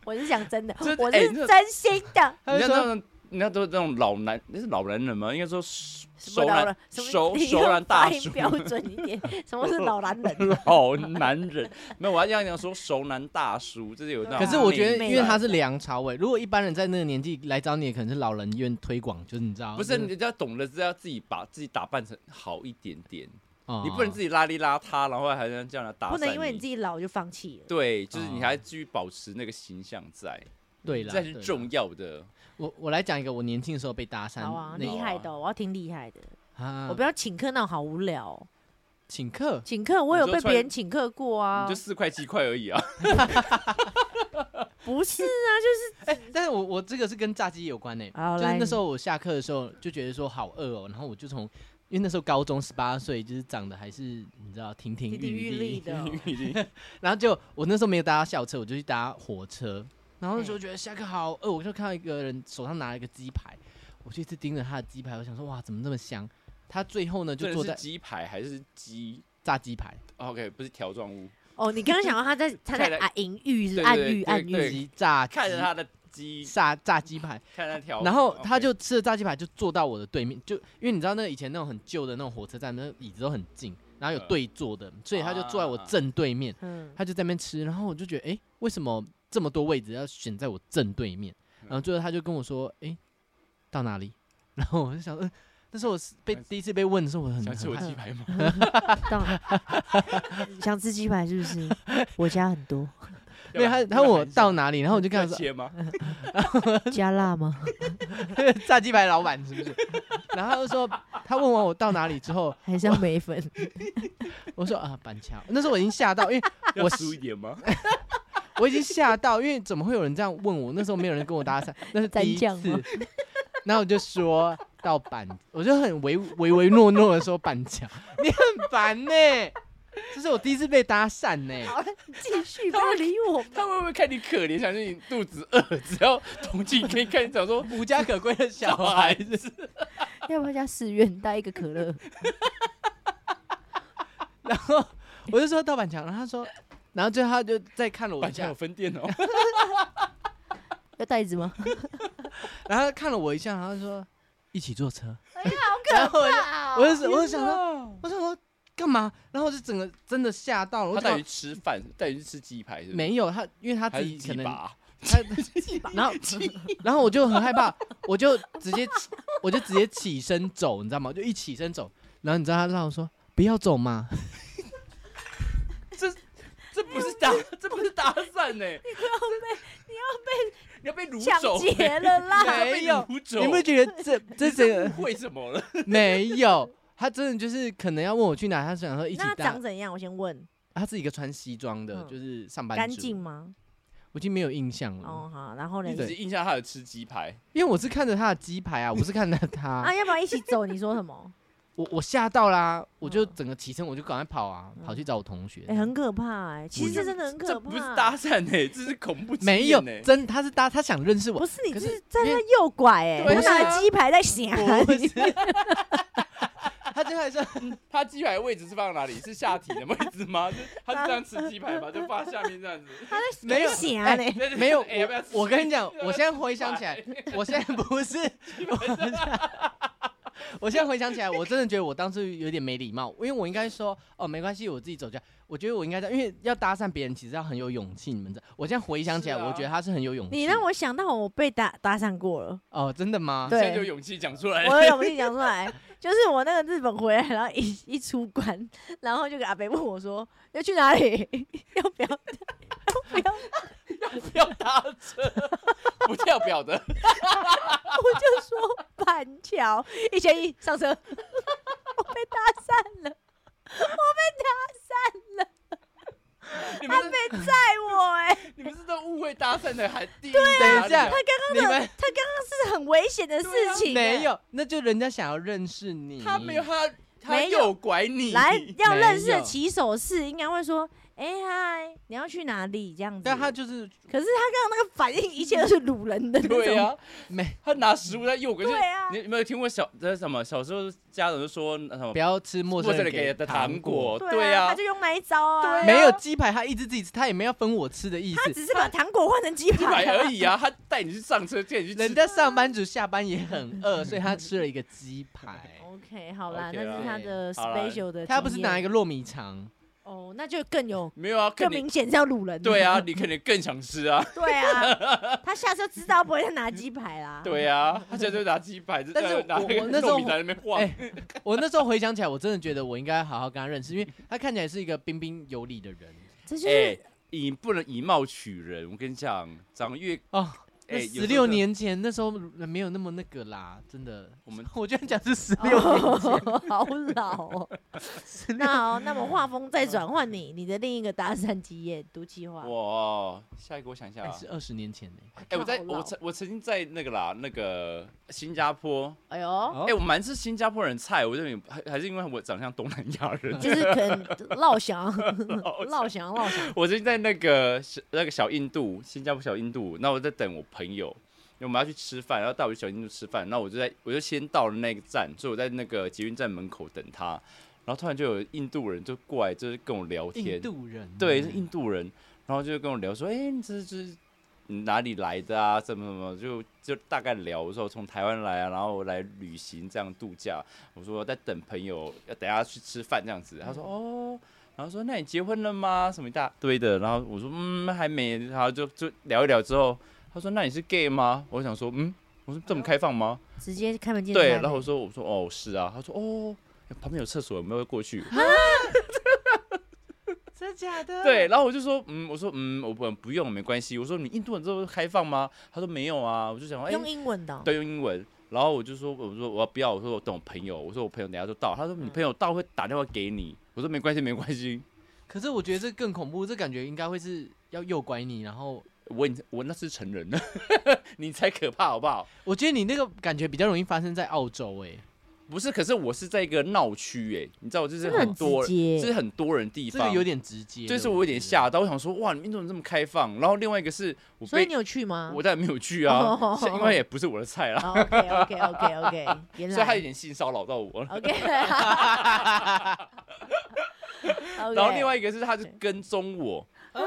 Speaker 1: 我是讲真的
Speaker 3: 这，
Speaker 1: 我
Speaker 3: 哎
Speaker 1: 是
Speaker 3: 这
Speaker 1: 真心的。
Speaker 2: 他
Speaker 3: 人
Speaker 2: 就
Speaker 3: 家那
Speaker 2: 说，
Speaker 3: 种，人家都是那种老男，那是老男人吗？应该说
Speaker 1: 什
Speaker 3: 熟
Speaker 1: 么老
Speaker 3: 男
Speaker 1: 了，什么
Speaker 3: 熟
Speaker 1: 你
Speaker 3: 熟
Speaker 1: 用
Speaker 3: 男
Speaker 1: 发
Speaker 3: 大
Speaker 1: 音
Speaker 3: 叔，
Speaker 1: 标准一 点，什么是老男人？
Speaker 3: 老男人。没有，我要这样讲说熟男大叔，就是有那种。
Speaker 2: 可是我觉得，
Speaker 1: 妹
Speaker 2: 因为
Speaker 1: 妹
Speaker 2: 他是梁朝伟，如果一般人在那个年纪来找你，可能是老人院推广，就是你知道，
Speaker 3: 不是，人家懂得是要自己把自己打扮成好一点点，你不能自
Speaker 2: 己
Speaker 3: 己邋里邋遢，然后还能这样来打
Speaker 1: 不能因为你
Speaker 3: 你
Speaker 1: 自。己老就放弃了。
Speaker 3: 对，就是你
Speaker 2: 哦
Speaker 3: 还继续保持那个形象在，
Speaker 2: 对了，
Speaker 3: 这才是
Speaker 2: 对啦
Speaker 3: 重要的。
Speaker 2: 我我来讲一个我年轻的时候被搭讪，
Speaker 1: 好啊，
Speaker 2: 那
Speaker 1: 厉害的哦，我要听厉害的。
Speaker 2: 啊，
Speaker 1: 我不要请客那种好无聊哦。
Speaker 2: 请客，
Speaker 1: 请客我有
Speaker 3: 嗯你
Speaker 1: 被
Speaker 3: 说穿
Speaker 1: 别人请客过啊
Speaker 3: 你就，四块七块而已啊，
Speaker 1: 不 是啊，就是
Speaker 2: 但是我我这个是跟炸鸡有关呢、
Speaker 1: 好
Speaker 2: 就是
Speaker 1: 来
Speaker 2: 那时候我下课的时候就觉得说好饿哦，然后我就从，因为那时候高中十八岁，就是长得还是你知道亭亭
Speaker 1: 亭亭
Speaker 2: 玉
Speaker 1: 玉立
Speaker 2: 立，
Speaker 1: 的哦。
Speaker 2: 然后就我那时候没有搭校车，我就去搭火车，然后那时候觉得下课好饿，我就看到一个人手上拿了一个鸡排，我就一直盯着他的鸡排，我想说哇怎么那么香，他最后呢
Speaker 3: 这
Speaker 2: 就
Speaker 3: 个
Speaker 2: 坐
Speaker 3: 是
Speaker 2: 在
Speaker 3: 鸡排还是鸡哦
Speaker 2: 炸鸡排，
Speaker 3: ？OK，不是条状物，
Speaker 1: 哦，你刚刚想到他在他
Speaker 3: 看
Speaker 1: 在
Speaker 3: 来
Speaker 1: 啊淫欲是
Speaker 3: 对对
Speaker 1: 暗喻
Speaker 3: 对
Speaker 1: 暗
Speaker 3: 对
Speaker 1: 喻，
Speaker 2: 鸡炸鸡
Speaker 3: 看着他的鸡，
Speaker 2: 炸炸鸡排，
Speaker 3: 看着条，
Speaker 2: 然后他
Speaker 3: OK
Speaker 2: 就吃了炸鸡排，就坐到我的对面，就因为你知道那以前那种很旧的那种火车站，那椅子都很近，然
Speaker 3: 嗯
Speaker 2: 后有对坐的，所以他就坐在我
Speaker 3: 啊
Speaker 2: 正对面，
Speaker 1: 嗯，
Speaker 2: 他就在那边吃，然后我就觉得，哎、为什么这么多位置要选在我正对面？
Speaker 3: 嗯
Speaker 2: 然后最后他就跟我说，哎、到哪里？ 然后我就想，嗯、那时候我是被第一次被问的时候，我很
Speaker 3: 想吃
Speaker 2: 很
Speaker 3: 我
Speaker 2: 怕
Speaker 3: 鸡 排吗？
Speaker 1: 到想吃鸡排是不 是？我家很多，
Speaker 2: 因为他他问我到哪里，然后我就
Speaker 3: 就
Speaker 2: 跟他说，
Speaker 3: 切吗？
Speaker 1: 加辣 吗？
Speaker 2: 炸鸡排老板是不是？ 然后他就说，他问完我到哪里之后，
Speaker 1: 还是要眉粉？
Speaker 2: 我说啊板桥，那时候我已经吓到，因为
Speaker 3: 要
Speaker 2: 我
Speaker 3: 输一点吗？
Speaker 2: 我已经吓到，因为怎么会有人这样问我？那时候没有人跟我搭讪，那是第一
Speaker 1: 蘸酱吗
Speaker 2: 次。 然后我就说到板，我就很唯唯唯诺诺的说板桥，你很烦呢、这是我第一次被搭讪呢、
Speaker 1: 好了，你继续不要理我。
Speaker 3: 他会不会看你可怜，想说你肚子饿，只要同进可以看你，想说
Speaker 2: 无家可归的小
Speaker 3: 小孩子。
Speaker 1: 要不要加四元带一个可乐？
Speaker 2: 然后我就说到板桥，然后他说，然后最后他就再看了我
Speaker 3: 板
Speaker 2: 一
Speaker 3: 桥
Speaker 2: 下
Speaker 3: 有，分店哦，
Speaker 1: 要袋子 吗？
Speaker 2: 然后他看了我一下，然后说一起坐车。
Speaker 1: 哎好可怕哦
Speaker 2: 我就我就想说，我想说干嘛？然后我就整个真的吓到了， 我
Speaker 3: 他
Speaker 2: 就
Speaker 3: 带
Speaker 2: 想
Speaker 3: 你去吃饭，带你去吃鸡排是不是，
Speaker 2: 没有他，因为他
Speaker 3: 还
Speaker 2: 自
Speaker 3: 是
Speaker 2: 己
Speaker 3: 鸡
Speaker 2: 可能
Speaker 3: 巴，
Speaker 2: 他，然后然后我就很害怕，我就直接起我就直接起身走，你知道吗？我就一起身走，然后你知道他让我说不要走嘛，
Speaker 3: 这不是搭，这不是搭 讪呢， 你要被你要被你要被掳走，欸
Speaker 1: 了
Speaker 3: 你要被
Speaker 2: 没有
Speaker 3: 掳走，
Speaker 2: 你会觉得 这这整个
Speaker 3: 为什么了？
Speaker 2: 没有？他真的就是可能要问我去哪，他想说一起
Speaker 1: 那
Speaker 2: 搭
Speaker 1: 长，怎样？我先问，
Speaker 2: 他是一个穿西装的，
Speaker 1: 嗯
Speaker 2: 就是上班
Speaker 1: 干
Speaker 2: 族
Speaker 1: 净，吗？
Speaker 2: 我已经没有印象了，
Speaker 1: 哦，好，然后呢
Speaker 3: 你？只是印象他有吃鸡排，
Speaker 2: 因为我是看着他的鸡排啊， 我不是看着他
Speaker 1: 啊，，要不要一起走？你说什 么？
Speaker 2: 我我吓到啦，我就
Speaker 1: 嗯
Speaker 2: 整个起身，我就赶快跑啊，跑去找我同学。
Speaker 1: 哎，很可怕哎，其实
Speaker 3: 觉
Speaker 1: 这
Speaker 3: 得
Speaker 1: 真的很
Speaker 3: 这
Speaker 1: 可怕。
Speaker 3: 不是搭讪呢，这是恐怖经
Speaker 2: 没有
Speaker 3: 验欸
Speaker 2: 真，他是搭，他想认识我
Speaker 1: 不，是你
Speaker 2: 可
Speaker 1: 这
Speaker 2: 是
Speaker 1: 是在
Speaker 2: 因
Speaker 1: 那
Speaker 2: 为
Speaker 1: 右拐哎，
Speaker 3: 对
Speaker 1: 我拿
Speaker 3: 啊
Speaker 1: 鸡排在想啊
Speaker 2: 我不是，他就还说
Speaker 1: 嗯
Speaker 3: 他鸡排的位置是放哪里？是下体的位置吗？ 是他是这样吃鸡排吗？就放下面这样子。
Speaker 2: 没有
Speaker 1: 想啊嘞。
Speaker 3: 那就
Speaker 2: 没有，
Speaker 3: 哎要不要
Speaker 2: 我
Speaker 3: 吃
Speaker 2: 我跟你讲，我现在回想起来，我现在不是，我现在回想起来，我真的觉得我当初有点没礼貌，因为我应该说哦没关系，我自己走掉。我觉得我应该这样，因为要搭讪别人其实要很有勇气，你们知道。我现在回想起来，
Speaker 3: 是啊
Speaker 2: 我觉得他是很有勇气。
Speaker 1: 你让我想到我被搭搭讪过了，
Speaker 2: 哦，真的吗？
Speaker 1: 对
Speaker 3: 现在就有勇气讲出
Speaker 2: 哎
Speaker 3: 来。
Speaker 1: 我有勇气讲出来，就是我那个日本回来，然后一一出关，然后就给阿北问我说要去哪里， 要不要要不要
Speaker 3: 不 要搭车， 不跳表的，
Speaker 1: 我就说板桥，一千一上车，我被搭讪了，
Speaker 3: 你们
Speaker 1: 他
Speaker 3: 是
Speaker 1: 被载我哎、
Speaker 3: 你们是都误会搭讪的，还第一
Speaker 2: 等一下
Speaker 1: 他刚
Speaker 2: 你
Speaker 1: 刚的
Speaker 2: 们
Speaker 1: 他刚刚是很危险的事情、哎
Speaker 2: 没。有，那就人家想要认识你。
Speaker 3: 他没有他他
Speaker 1: 没有
Speaker 3: 诱拐 你，
Speaker 1: 来，要
Speaker 2: 没
Speaker 1: 认识的
Speaker 2: 有
Speaker 1: 起手式应该会说：“哎、嗨，你要去哪里？”这样子。
Speaker 3: 啊
Speaker 2: 但他就是
Speaker 1: 可是他刚刚那个反应，一切 都是掳人的那种。
Speaker 3: 对呀，
Speaker 2: 没
Speaker 3: 他拿食物在诱拐。就
Speaker 1: 对
Speaker 3: 是
Speaker 1: 啊
Speaker 3: 你有没有听过小那什么小时候家长就说那什么
Speaker 2: 不要吃陌生
Speaker 3: 哦生
Speaker 2: 人
Speaker 3: 人给的
Speaker 2: 的
Speaker 3: 糖果，
Speaker 1: 对
Speaker 3: 对
Speaker 1: 啊，
Speaker 3: 啊
Speaker 1: 他就用那一招啊。
Speaker 3: 对啊
Speaker 2: 没有鸡排，他一直自己吃，他也没有分我吃的意
Speaker 1: 他
Speaker 2: 思。
Speaker 1: 只是把糖果换成鸡
Speaker 3: 鸡
Speaker 1: 排
Speaker 3: 排
Speaker 1: 啊。
Speaker 3: 而已啊，他带你去上车，叫你去吃
Speaker 2: 人家上班族下班也很饿，所以他吃了一个鸡排
Speaker 1: OK，好啦
Speaker 3: OK
Speaker 1: 那是
Speaker 3: 啦哎
Speaker 1: 他的
Speaker 3: 好啦
Speaker 1: special 的经验。
Speaker 2: 他不是拿一
Speaker 1: 个
Speaker 2: 个糯 米肠，
Speaker 1: 哦，那就更 有
Speaker 3: 没有啊，
Speaker 1: 更
Speaker 3: 肯定
Speaker 1: 明显是要掳人。
Speaker 3: 对啊，你肯定更想吃啊，
Speaker 1: 对啊，他下车知道不会再拿鸡排啦。
Speaker 3: 对啊，他现在就拿鸡排，
Speaker 2: 但是
Speaker 3: 就拿
Speaker 2: 我
Speaker 3: 那
Speaker 2: 我
Speaker 3: 个
Speaker 2: 那时候
Speaker 3: 糯米在那边晃，
Speaker 2: 哎我那时候回想起来，我真的觉得我应该好好跟他认识，因为他看起来是一个彬彬有礼的人
Speaker 1: 这就
Speaker 3: 哎
Speaker 1: 是，
Speaker 3: 以不能以貌取人，我跟你讲，长越
Speaker 2: 哦。
Speaker 3: 哎
Speaker 2: 十六，年前那时候没有那么那个啦，真的。
Speaker 3: 我们
Speaker 2: 我居然讲是 十六年前，
Speaker 1: 哦 好老哦。那好，那么画风再转换你，你的另一个搭讪经验，毒气话。
Speaker 3: 哇，下一个我想一下
Speaker 2: 还
Speaker 3: 啊，
Speaker 2: 是二十年前呢、
Speaker 3: 哎、我在
Speaker 1: 好
Speaker 2: 啊
Speaker 1: 老
Speaker 3: 我曾我曾经在那个啦，那个新加坡，
Speaker 1: 哎呦，
Speaker 3: 哎、
Speaker 2: 哦
Speaker 3: 我蛮吃新加坡人菜，我这里还还是因为我长相东南亚 人，
Speaker 1: 就是可 能落翔，
Speaker 3: 翔
Speaker 1: 落翔，落翔。
Speaker 3: 我最近在那个小那个小印度，新加坡小印度，那我在等我朋友，因为我们要去吃饭，然后带我去小印度吃饭，那我就在我就先到了那个站，所以我在那个捷运站门口等他，然后突然就有印度人就过来，就是跟我聊天
Speaker 2: 印，度人，
Speaker 3: 对，是印度人，然后就跟我聊说，哎、你这是。你哪里来的啊，什么什么，就就大概聊。我说我从台湾来啊，然后我来旅行这样度假。我说我在等朋友，要等下去吃饭这样子。他说哦，然后说那你结婚了吗？什么一大堆的。然后我说嗯还没，然后就就聊一聊之后，他说那你是 gay 吗？我想说嗯，我说这么开放吗？
Speaker 1: 直接开门见山
Speaker 3: 对，
Speaker 1: 欸。
Speaker 3: 然后我说我说哦是啊，他说哦旁边有厕所，有没有过去？
Speaker 2: 真的 假的？
Speaker 3: 对，，然后我就说，嗯，我说，嗯，我不不用，没关系。我说你印度人之后开放吗？他说没有啊。我就想说，哎、
Speaker 1: 用英文的哦，
Speaker 3: 对，用英文。然后我就说，我说我不要，我说我等我朋友，我说我朋友等下就到。他
Speaker 1: 嗯
Speaker 3: 说你朋友到会打电话给你。我说没关系，没关系。
Speaker 2: 可是我觉得这更恐怖，这感觉应该会是要诱拐你，然后
Speaker 3: 我已我那是成人了， 你才可怕好不好？
Speaker 2: 我觉得你那个感觉比较容易发生在澳洲、欸，
Speaker 3: 不是，可是我是在一个闹区哎，你知道，就是
Speaker 1: 真的很直
Speaker 3: 多，
Speaker 1: 接
Speaker 3: 就是很多人地
Speaker 2: 这个
Speaker 3: 方，
Speaker 2: 有点直接，
Speaker 3: 就是我有点吓到，我想说哇，你们印度人这么开放。然后另外一个是我
Speaker 1: 所以
Speaker 3: 被
Speaker 1: 你有去吗？
Speaker 3: 我当然没有 去啊
Speaker 1: 哦，
Speaker 3: 是因为也不是我的菜啦。啊
Speaker 1: OK OK OK OK，原来
Speaker 3: 所以他有点性骚扰到我了。
Speaker 1: OK，
Speaker 3: 然后另外一个是，他是跟踪我，
Speaker 1: 哎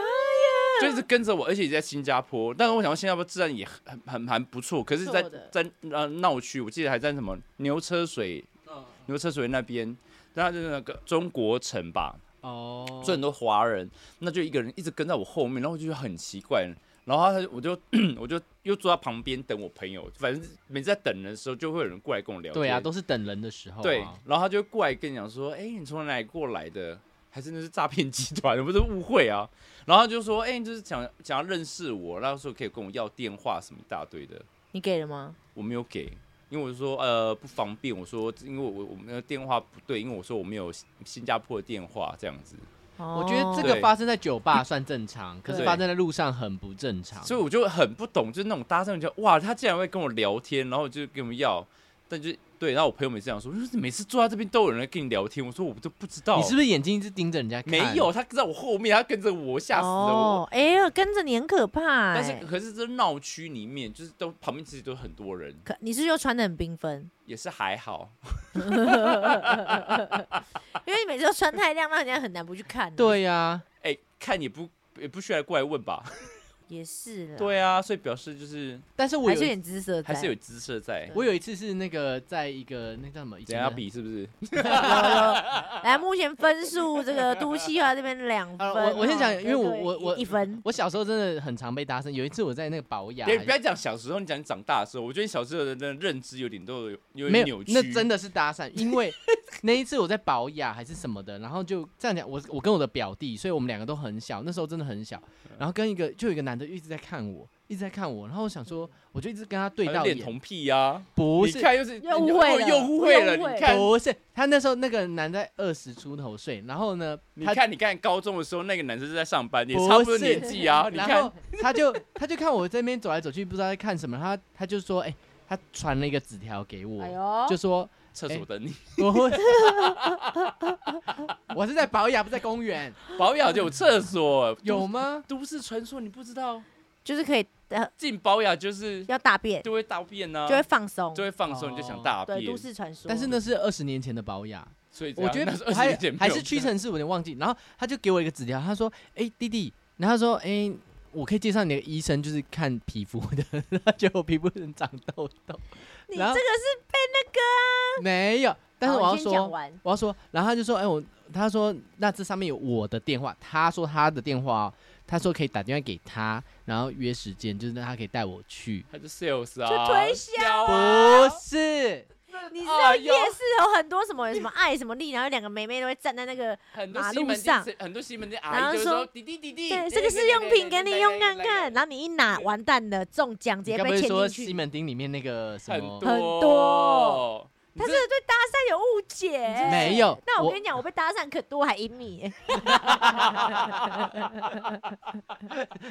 Speaker 3: 就是跟着我，而且也在新加坡。但是我想到新加坡治安也很很很不错，可是在
Speaker 1: 不错的，
Speaker 3: 在呃闹区，我记得还在什么牛车水
Speaker 2: 嗯
Speaker 3: 牛车水那边，然后就是那个中国城吧，
Speaker 2: 哦，
Speaker 3: 所以很多华人，那就一个人一直跟在我后面，然后我就觉得很奇怪。然后他就我 就我就又坐在旁边等我朋友，反正每次在等人的时候，就会有人过来跟我聊天。
Speaker 2: 对啊，都是等人的时候、啊，
Speaker 3: 对，然后他就会过来跟你讲说，哎、你从哪里过来的？还真的是诈骗集团，不是误会啊。然后他就说，哎、你就是想想要认识我，然后说可以跟我要电话什么一大堆的，
Speaker 1: 你给了吗？
Speaker 3: 我没有给，因为我说呃不方便，我说因为我我们的电话不对，因为我说我没有新新加坡的电话这样子，
Speaker 1: 我
Speaker 2: 我觉得这
Speaker 1: 哦
Speaker 3: 哦对
Speaker 2: 个发生在酒吧算正常，可是
Speaker 3: 对
Speaker 2: 发生在路上很不正常。
Speaker 3: 所以我就很不懂，就是那种搭讪就哇，他竟然会跟我聊天，然后就跟我们要，但就对，然后我朋友每次讲说，就是每次坐在这边都有人来跟你聊天，我说我都不知道，
Speaker 2: 你是不是眼睛一直盯着人家看？
Speaker 3: 没有，，他在我后面，他跟着我，吓死了我。
Speaker 1: 哦，哎呀，跟着你很可怕
Speaker 3: 但
Speaker 1: 哎
Speaker 3: 是。可是这闹区里面，就是都旁边其实都很多人，
Speaker 1: 可你是不是又穿的很缤纷，
Speaker 3: 也是还好。
Speaker 1: 因为你每次都穿太亮，让人家很难不去看。，啊
Speaker 2: 对啊呀、
Speaker 3: 哎、看也不也不需要过来问吧？
Speaker 1: 也是啦，，
Speaker 3: 对啊，所以表示就是
Speaker 2: 但是我
Speaker 1: 还是有
Speaker 2: 有一
Speaker 1: 点姿色在，
Speaker 3: 还是有姿色在。
Speaker 2: 我有一次是那个在一个那叫什么？以
Speaker 3: 怎
Speaker 2: 前
Speaker 3: 样
Speaker 2: 的
Speaker 3: 比是不是？
Speaker 1: 来，目前分数这个都气化这边两分
Speaker 2: 啊
Speaker 1: 哦。
Speaker 2: 我我先讲
Speaker 1: 这
Speaker 2: 因为我
Speaker 1: 个
Speaker 2: 我
Speaker 1: 一
Speaker 2: 我
Speaker 1: 一分，
Speaker 2: 我小时候真的很常被搭讪。有一次我在那个保雅，
Speaker 3: 哎别不要讲小时候，你讲长大的时候，我觉得你小时候的那认知有点都有有
Speaker 2: 没
Speaker 3: 点
Speaker 2: 有
Speaker 3: 扭，曲。
Speaker 2: 那真的是搭讪，因 为那一次我在保雅还是什么的，然后就这样讲，我我跟我的表弟，所以我们两个都很小，那时候真的很小，
Speaker 3: 嗯
Speaker 2: 然后跟一个就有一个男的一直在看我，一直在看我，然后我想说，我就一直跟他对
Speaker 3: 还有
Speaker 2: 到
Speaker 3: 恋
Speaker 2: 眼，
Speaker 3: 童癖啊！
Speaker 2: 不
Speaker 3: 你
Speaker 2: 是，
Speaker 3: 看又是
Speaker 1: 又误会了
Speaker 3: 又误会了。
Speaker 1: 又误会
Speaker 3: 你看，
Speaker 2: 不是，他那时候那个男在二十出头岁，然后呢，
Speaker 3: 你
Speaker 2: 他
Speaker 3: 看，你看高中的时候，那个男生是在上班，也
Speaker 2: 不
Speaker 3: 差不多
Speaker 2: 是
Speaker 3: 年纪啊。你
Speaker 2: 然
Speaker 3: 看
Speaker 2: 后，他就 他就看我这边走来走去，不知道在看什么，他他就说，哎、他传了一个纸条给我，
Speaker 1: 哎呦
Speaker 2: 就说
Speaker 3: 厕
Speaker 2: 哎
Speaker 3: 所等你。
Speaker 2: 我会， 我是在保雅，不是在公 园，
Speaker 3: 保雅就有厕所，
Speaker 2: 有吗？
Speaker 3: 都市传说你不知道，
Speaker 1: 就是可以呃
Speaker 3: 进保养就是
Speaker 1: 要大便
Speaker 3: 就会大便呢、啊，
Speaker 1: 就会放松
Speaker 3: 就，会放松，你就想大
Speaker 1: 对，
Speaker 3: 便
Speaker 1: 都。市传说。
Speaker 2: 但是，那是二十年前的保雅，
Speaker 3: 所以这
Speaker 2: 我
Speaker 3: 样
Speaker 2: 觉得
Speaker 3: 那是
Speaker 2: 我还
Speaker 3: 20年前
Speaker 2: 还
Speaker 3: 没
Speaker 2: 是
Speaker 3: 有
Speaker 2: 屈臣氏，我有点忘记。然后他就给我一个纸条，他说：“哎、弟弟，然后他说：哎、我可以介绍你的医生，就是看皮肤的， 他觉得我皮肤很长痘痘。
Speaker 1: 你这
Speaker 2: 然
Speaker 1: 个
Speaker 2: 后
Speaker 1: 是被那个啊，
Speaker 2: 没有，但是我
Speaker 1: 好
Speaker 2: 要
Speaker 1: 你先讲
Speaker 2: 说，
Speaker 1: 完
Speaker 2: 我要说，然后他就说，哎、我他说那这上面有我的电话，他说他的电话、哦，他说可以打电话给他，然后约时间，就是让他可以带我去。
Speaker 3: 他就 sales 啊，
Speaker 1: 就推销哦
Speaker 2: 不是，
Speaker 1: 你知道
Speaker 3: 哎
Speaker 1: 夜
Speaker 3: 呦
Speaker 1: 市有很多什么什么爱什么力，然后两个妹妹都会站在那个，
Speaker 3: 很多
Speaker 1: 马
Speaker 3: 西
Speaker 1: 路
Speaker 3: 门町
Speaker 1: 上
Speaker 3: 很多西门町
Speaker 1: 然
Speaker 3: 阿
Speaker 1: 后
Speaker 3: 姨就是
Speaker 1: 说
Speaker 3: 说弟弟弟弟，
Speaker 1: 对，
Speaker 3: 来
Speaker 1: 这个是用品给你用看。
Speaker 3: 来来来来来来
Speaker 1: 看，然后你一拿，完蛋了，中奖直接
Speaker 2: 你该不
Speaker 1: 被
Speaker 2: 会说
Speaker 1: 牵
Speaker 2: 西
Speaker 1: 进去。
Speaker 2: 门町里面那个什
Speaker 3: 很
Speaker 2: 么？
Speaker 1: 很
Speaker 3: 多
Speaker 1: 多，
Speaker 3: 你
Speaker 1: 他这
Speaker 3: 这
Speaker 1: 个对搭讪有误解欸，
Speaker 2: 没有
Speaker 1: 那我
Speaker 2: 我
Speaker 1: 跟你讲，我被搭讪可多，还赢你 欸。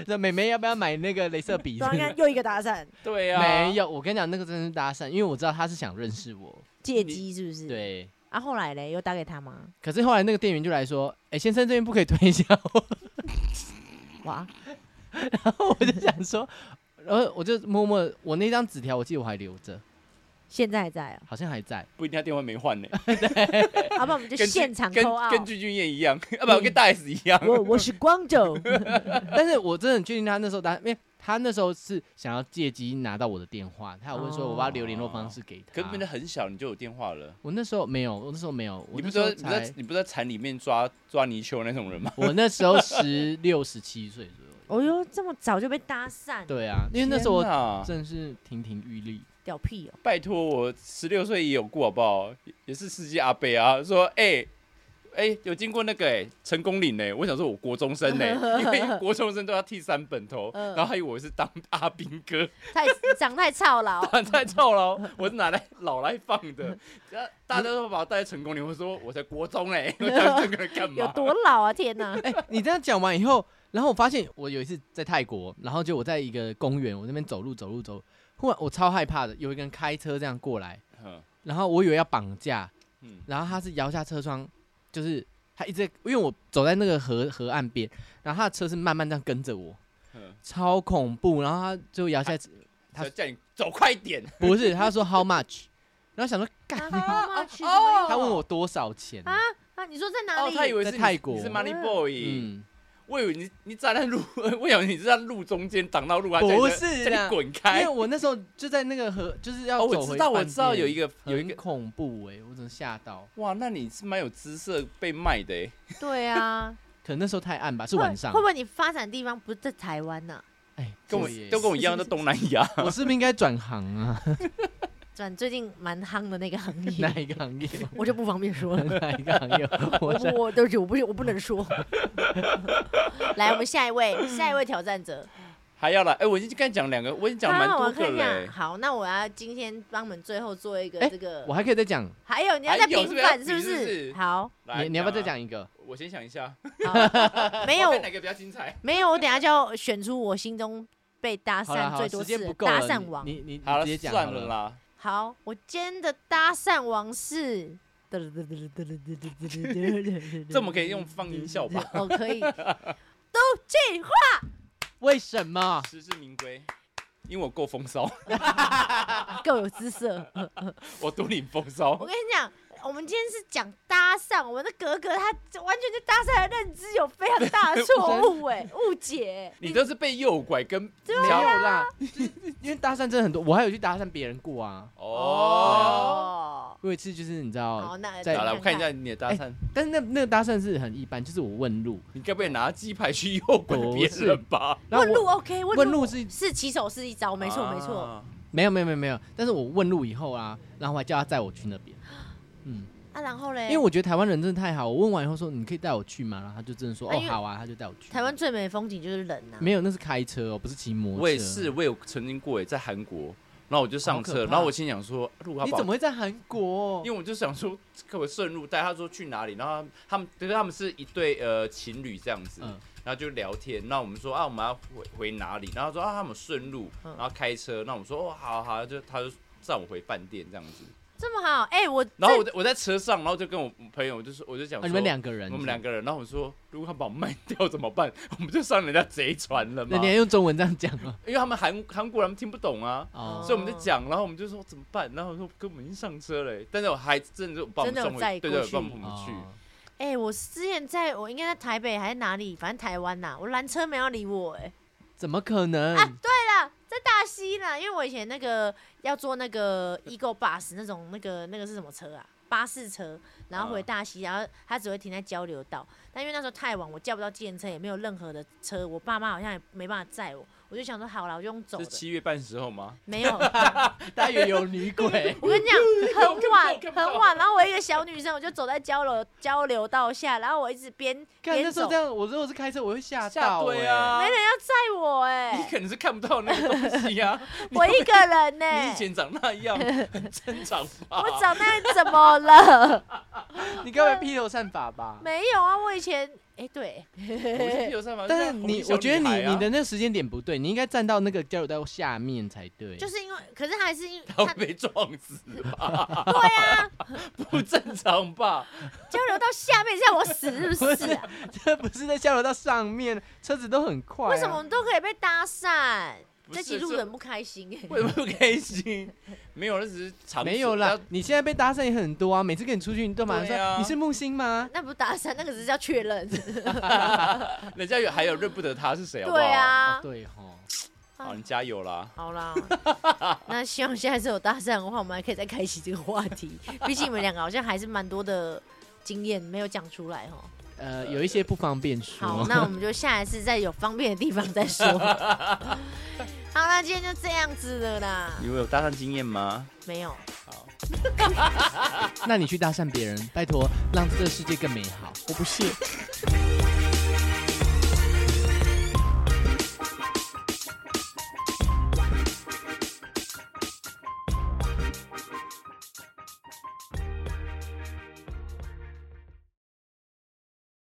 Speaker 2: 那妹妹要不要买那个镭射笔？
Speaker 1: 刚刚又一个搭讪，
Speaker 3: 对啊，
Speaker 2: 没有，我跟你讲，那个真的是搭讪，因为我知道他是想认识我。
Speaker 1: 借机是不是？。
Speaker 2: 对，
Speaker 1: 啊，后来嘞，又打给他吗？
Speaker 2: 可是后来那个店员就来说，哎、先生这边不可以推销。
Speaker 1: 哇，
Speaker 2: 然后我就想说，然后我就默默，我那张纸条我记得我还留着，
Speaker 1: 现在还在 啊、
Speaker 2: 好像还在。
Speaker 3: 不一定他电话没换呢，
Speaker 1: 要、不然我们就
Speaker 3: 跟
Speaker 1: 现场
Speaker 3: 跟
Speaker 1: 扣嗯啊。
Speaker 3: 跟具俊彦一 样，啊不跟大 S 一样，
Speaker 1: 我我是光州，
Speaker 2: 但是我真的很确定他那时候答，因为他那时候是想要借机拿到我的电话，他有问说
Speaker 1: 哦
Speaker 2: 我把留联络方式给他。
Speaker 3: 可是变得很小，你就有电话了。
Speaker 2: 我那时候没有，我那时候没有，我
Speaker 3: 你不
Speaker 2: 那
Speaker 3: 是
Speaker 2: 时候
Speaker 3: 在你不是在
Speaker 2: 才，
Speaker 3: 你不是在产里面抓抓泥鳅那种人吗？
Speaker 2: 我那时候十六十七岁左右。
Speaker 1: 哦哟，这么早就被搭讪，
Speaker 2: 对啊， 因为那时候
Speaker 3: 天
Speaker 2: 我
Speaker 3: 哪
Speaker 2: 真的是亭亭玉立。
Speaker 1: 屌屁哦！
Speaker 3: 拜托我十六岁也有过好不好？也也是司机阿伯啊，说哎。哎、有经过那个哎、成功岭呢、我想说，我国中生呢、因为国中生都要剃三本头，
Speaker 1: 嗯
Speaker 3: 然后还以为我是当阿兵哥，
Speaker 1: 太长太操 劳，
Speaker 3: 太臭了哦，我是拿来老来放的。只要大家都把我带来成功岭，我说我才国中哎、我当这个 人干
Speaker 1: 有
Speaker 3: 嘛？
Speaker 1: 多老啊？天哪！
Speaker 2: 哎、你这样讲完以后，然后我发现我有一次在泰国，然后就我在一个公园，我那边走路走路走，忽然我超害怕的，有一个人开车这样过来，
Speaker 3: 嗯
Speaker 2: 然后我以为要绑架，
Speaker 3: 嗯
Speaker 2: 然后他是摇下车窗，就是他一直在，因为我走在那个河河岸边，然后他的车是慢慢这样跟着我，
Speaker 3: 嗯，
Speaker 2: 超恐怖。然后他就摇下，他
Speaker 3: 他叫你走快点，
Speaker 2: 不是，他说 how much，然后想说干，
Speaker 1: 啊
Speaker 2: 他问我多少钱
Speaker 1: 啊啊，你说在哪
Speaker 3: 哦，
Speaker 1: 里？
Speaker 3: 他以为是
Speaker 2: 在
Speaker 3: 你
Speaker 2: 泰国
Speaker 3: 你是 Money Boy，、
Speaker 2: 嗯，
Speaker 3: 我以为你你站在路， 我以为你是在路中间挡到路，啊还叫你
Speaker 2: 不是
Speaker 3: 叫
Speaker 2: 啦
Speaker 3: 你滚
Speaker 2: 因
Speaker 3: 开
Speaker 2: 为。我那时候就在那个河，就是要
Speaker 3: 哦，
Speaker 2: 走
Speaker 3: 我知道，我知道有一
Speaker 2: 个
Speaker 3: 个有一
Speaker 2: 很
Speaker 3: 个，
Speaker 2: 恐怖哎、我真的吓到。
Speaker 3: 哇，那你是蛮有姿色被卖的欸
Speaker 1: 对啊，
Speaker 2: 可能那时候太暗吧， 是
Speaker 1: 会
Speaker 2: 晚上
Speaker 1: 会。不会你发展地方不是在台湾呐？
Speaker 2: 哎，
Speaker 3: 跟我
Speaker 2: 对耶
Speaker 3: 都跟我一样在东南亚。
Speaker 2: 我是不是应该转行啊？
Speaker 1: 转最近蛮夯的那个行
Speaker 2: 哪
Speaker 1: 业，
Speaker 2: 一个行业？
Speaker 1: 我就不方便说了。
Speaker 2: 哪一个行业？ 我
Speaker 1: 我
Speaker 2: 在
Speaker 1: 不，我对不起，我不我不能说。来，我们下一位，下一位挑战者，
Speaker 3: 还要来，哎、我已经跟你讲两个，我已 经讲蛮
Speaker 1: 好
Speaker 2: 啊
Speaker 3: 多
Speaker 1: 我
Speaker 3: 个
Speaker 1: 看一
Speaker 3: 了、
Speaker 1: 下。
Speaker 3: 欸。
Speaker 1: 好，那我要今天帮我们最后做一个
Speaker 2: 哎
Speaker 1: 这个
Speaker 2: 我，还可以再讲。
Speaker 1: 还有你要
Speaker 3: 还
Speaker 1: 再
Speaker 3: 有
Speaker 1: 平
Speaker 3: 是不是要
Speaker 1: 反
Speaker 3: 比
Speaker 1: 是不
Speaker 3: 是不
Speaker 1: 是？
Speaker 3: 是
Speaker 1: 好，
Speaker 3: 来，
Speaker 2: 你你要不要再
Speaker 3: 啊？
Speaker 2: 讲一个？
Speaker 3: 我先想一下，
Speaker 1: 好没有
Speaker 3: 我看哪个比较精彩？
Speaker 1: 没有，我等一下就要选出我心中被搭
Speaker 2: 好了
Speaker 1: 讪啊
Speaker 2: 好了，
Speaker 1: 最多
Speaker 2: 时
Speaker 1: 次
Speaker 2: 间
Speaker 1: 的
Speaker 2: 不够
Speaker 1: 搭
Speaker 2: 了
Speaker 1: 讪王。
Speaker 2: 你你你
Speaker 3: 好
Speaker 2: 直
Speaker 3: 了
Speaker 2: 接，讲
Speaker 3: 算
Speaker 2: 好
Speaker 3: 了
Speaker 2: 了。
Speaker 3: 啦。
Speaker 1: 好，我今天的搭讪王是
Speaker 3: 这么可以用放音效吧？
Speaker 1: 哦，可以。都进化，
Speaker 2: 为什么？
Speaker 3: 实至名归，因为我够风骚，
Speaker 1: 够有姿色。
Speaker 3: 我独领风
Speaker 1: 我
Speaker 3: 骚。
Speaker 1: 跟你讲，我们今天是讲搭讪，我们的格格他完全对搭讪的认知有非常大的错误，哎，误解。
Speaker 3: 你都是被诱拐跟
Speaker 1: 啊
Speaker 2: 没
Speaker 3: 交
Speaker 2: 有啦， 就是因为搭讪真的很多，我还有去搭讪别人过啊。
Speaker 3: 哦。
Speaker 1: 哦，
Speaker 2: 我有一次就是你知
Speaker 1: 好，
Speaker 2: 道，
Speaker 1: 哦那
Speaker 2: 再
Speaker 3: 好
Speaker 2: 来
Speaker 3: 了，我看一下你的搭讪，
Speaker 2: 但是那那个搭讪是很一般，就是我问路，
Speaker 3: 你该不会拿鸡排去诱拐
Speaker 2: 不
Speaker 3: 别
Speaker 2: 是
Speaker 3: 人吧？
Speaker 2: 然后
Speaker 1: 问
Speaker 2: 我
Speaker 1: 路 OK，
Speaker 2: 问路是
Speaker 1: 是起手是一哦招，没错没错。
Speaker 3: 啊。
Speaker 2: 没有没有没有没有，但是我问路以后啊，然后我还叫他载我去那边，嗯，
Speaker 1: 啊，然后嘞，
Speaker 2: 因为我觉得台湾人真的太好，我问完以后说你可以带我去吗？然后他就真的说
Speaker 1: 啊
Speaker 2: 哦
Speaker 1: 因为
Speaker 2: 好啊，他就带我去。
Speaker 1: 台湾最美的风景就是人啊呐、
Speaker 2: 没有，那是开车哦，不是骑摩托车。
Speaker 3: 我也是，，我有曾经过诶，在韩国，然后我就
Speaker 2: 好
Speaker 3: 上
Speaker 2: 可
Speaker 3: 车，
Speaker 2: 怕
Speaker 3: 然后我心想说，啊如果
Speaker 2: 你
Speaker 3: 他
Speaker 2: 怎
Speaker 3: 把
Speaker 2: 么会在韩国？
Speaker 3: 因为我就想说，可我顺路带他说去哪里，然后他们，就是他们是一对呃情侣这样子，
Speaker 2: 嗯
Speaker 3: 然后就聊天。那我们说啊，我们要回回哪里？然后他说啊，他们顺路，
Speaker 1: 嗯
Speaker 3: 然后开车。那我们说哦，好啊好啊，就他就载我回饭店这样子。
Speaker 1: 这么好，哎、我
Speaker 3: 然后我在我在车上，然后就跟我朋友，我就说我就讲
Speaker 2: 啊
Speaker 3: 说、
Speaker 2: 你们两个人，
Speaker 3: 我们两，个人，然后我说如果他把我卖掉怎么办？ 我们就上人家贼船了
Speaker 2: 那
Speaker 3: 嘛
Speaker 2: 你，还用中文这样讲吗？
Speaker 3: 因为他们韩韩国人他们听不懂啊。
Speaker 2: 哦
Speaker 3: 所以我
Speaker 1: 嗯
Speaker 3: 们就讲，然后我们就说怎么办？然后我说跟我们已经上车了，欸但是我还真的就把我
Speaker 1: 真的
Speaker 3: 们
Speaker 1: 有
Speaker 3: 送回，
Speaker 1: 载
Speaker 3: 对
Speaker 1: 过
Speaker 3: 对，
Speaker 1: 去
Speaker 3: 帮我们去。
Speaker 2: 哦
Speaker 1: 哎、我之前在我应该在台北还是哪里，反正台湾呐、我拦车没有理我、哎、
Speaker 2: 怎么可能？
Speaker 1: 啊，对了，在大溪啦，因为我以前那个要坐那个 Ego Bus 那种那个那个是什么车啊？巴士车，然后回
Speaker 3: 啊
Speaker 1: 大溪，然后它只会停在交流道。但因为那时候太晚，我叫不到计程车，也没有任何的车，我爸妈好像也没办法载我，我就想说好了，我就用走
Speaker 3: 是
Speaker 1: 的，
Speaker 3: 七月半时候吗？
Speaker 1: 没 有，，
Speaker 2: 大约有女鬼
Speaker 1: 我跟你讲，很晚
Speaker 3: 看不到
Speaker 1: 很晚，然后我一个小女生，我就走在交流交流道下，然后我一直边
Speaker 2: 看那
Speaker 1: 边
Speaker 2: 时
Speaker 1: 走，
Speaker 2: 候这
Speaker 1: 没
Speaker 2: 样，我如果是开车，我会吓
Speaker 3: 吓
Speaker 2: 到。
Speaker 3: 对
Speaker 2: 哎
Speaker 3: 啊，
Speaker 1: 人要载我哎、
Speaker 3: 你可能是看不到那个东 西啊。
Speaker 1: 我一个人呢、
Speaker 3: 你以前啊长那样，很正常吧？
Speaker 1: 我长那样怎么了？
Speaker 2: 你该不会披头散发吧？
Speaker 1: 啊没有啊，我以前哎、对，
Speaker 3: 我是有上班
Speaker 2: 但是你，我觉得你你。
Speaker 3: 像红衣小女孩啊
Speaker 2: 的那个时间点不对，你应该站到那个交流道下面才对。
Speaker 1: 就是因为，可是还是因为
Speaker 3: 他
Speaker 1: 他
Speaker 3: 会被撞死吧？
Speaker 1: 对啊，
Speaker 3: 不正常吧？
Speaker 1: 交流到下面让我死是不 是、啊？
Speaker 2: 这不是在交流道上面，车子都很快啊、
Speaker 1: 为什么我们都可以被搭讪？
Speaker 3: 不
Speaker 1: 这
Speaker 3: 是
Speaker 1: 集录
Speaker 3: 这
Speaker 1: 得很不开心 哎、
Speaker 3: 为什么不开心？没有，那只是场所
Speaker 2: 没有啦，，你现在被搭讪也很多啊，每次跟你出去，你都马上
Speaker 3: 对
Speaker 2: 说、
Speaker 3: 啊
Speaker 2: 你是木星吗？
Speaker 1: 那不是搭讪，那个只是叫 确认。
Speaker 3: 人家有还有认不得他是谁，好不好？
Speaker 1: 对，啊，
Speaker 2: 哦对吼，
Speaker 3: 好，你加油啦！
Speaker 1: 好 啦，那希望下一次有搭讪的话，我们还可以再开启这个话 题。毕竟你们两个好像还是蛮多的经验没有讲出来 哦。
Speaker 2: 呃，有一些不方便说。
Speaker 1: 好， 那我们就下一次在有方便的地方再 说。好啦，今天就这样子了啦。
Speaker 3: 你们有搭讪经验吗？
Speaker 1: 没有，
Speaker 3: 好，
Speaker 2: 那你去搭讪别人，拜托，让这个世界更美好。
Speaker 1: 我不屑。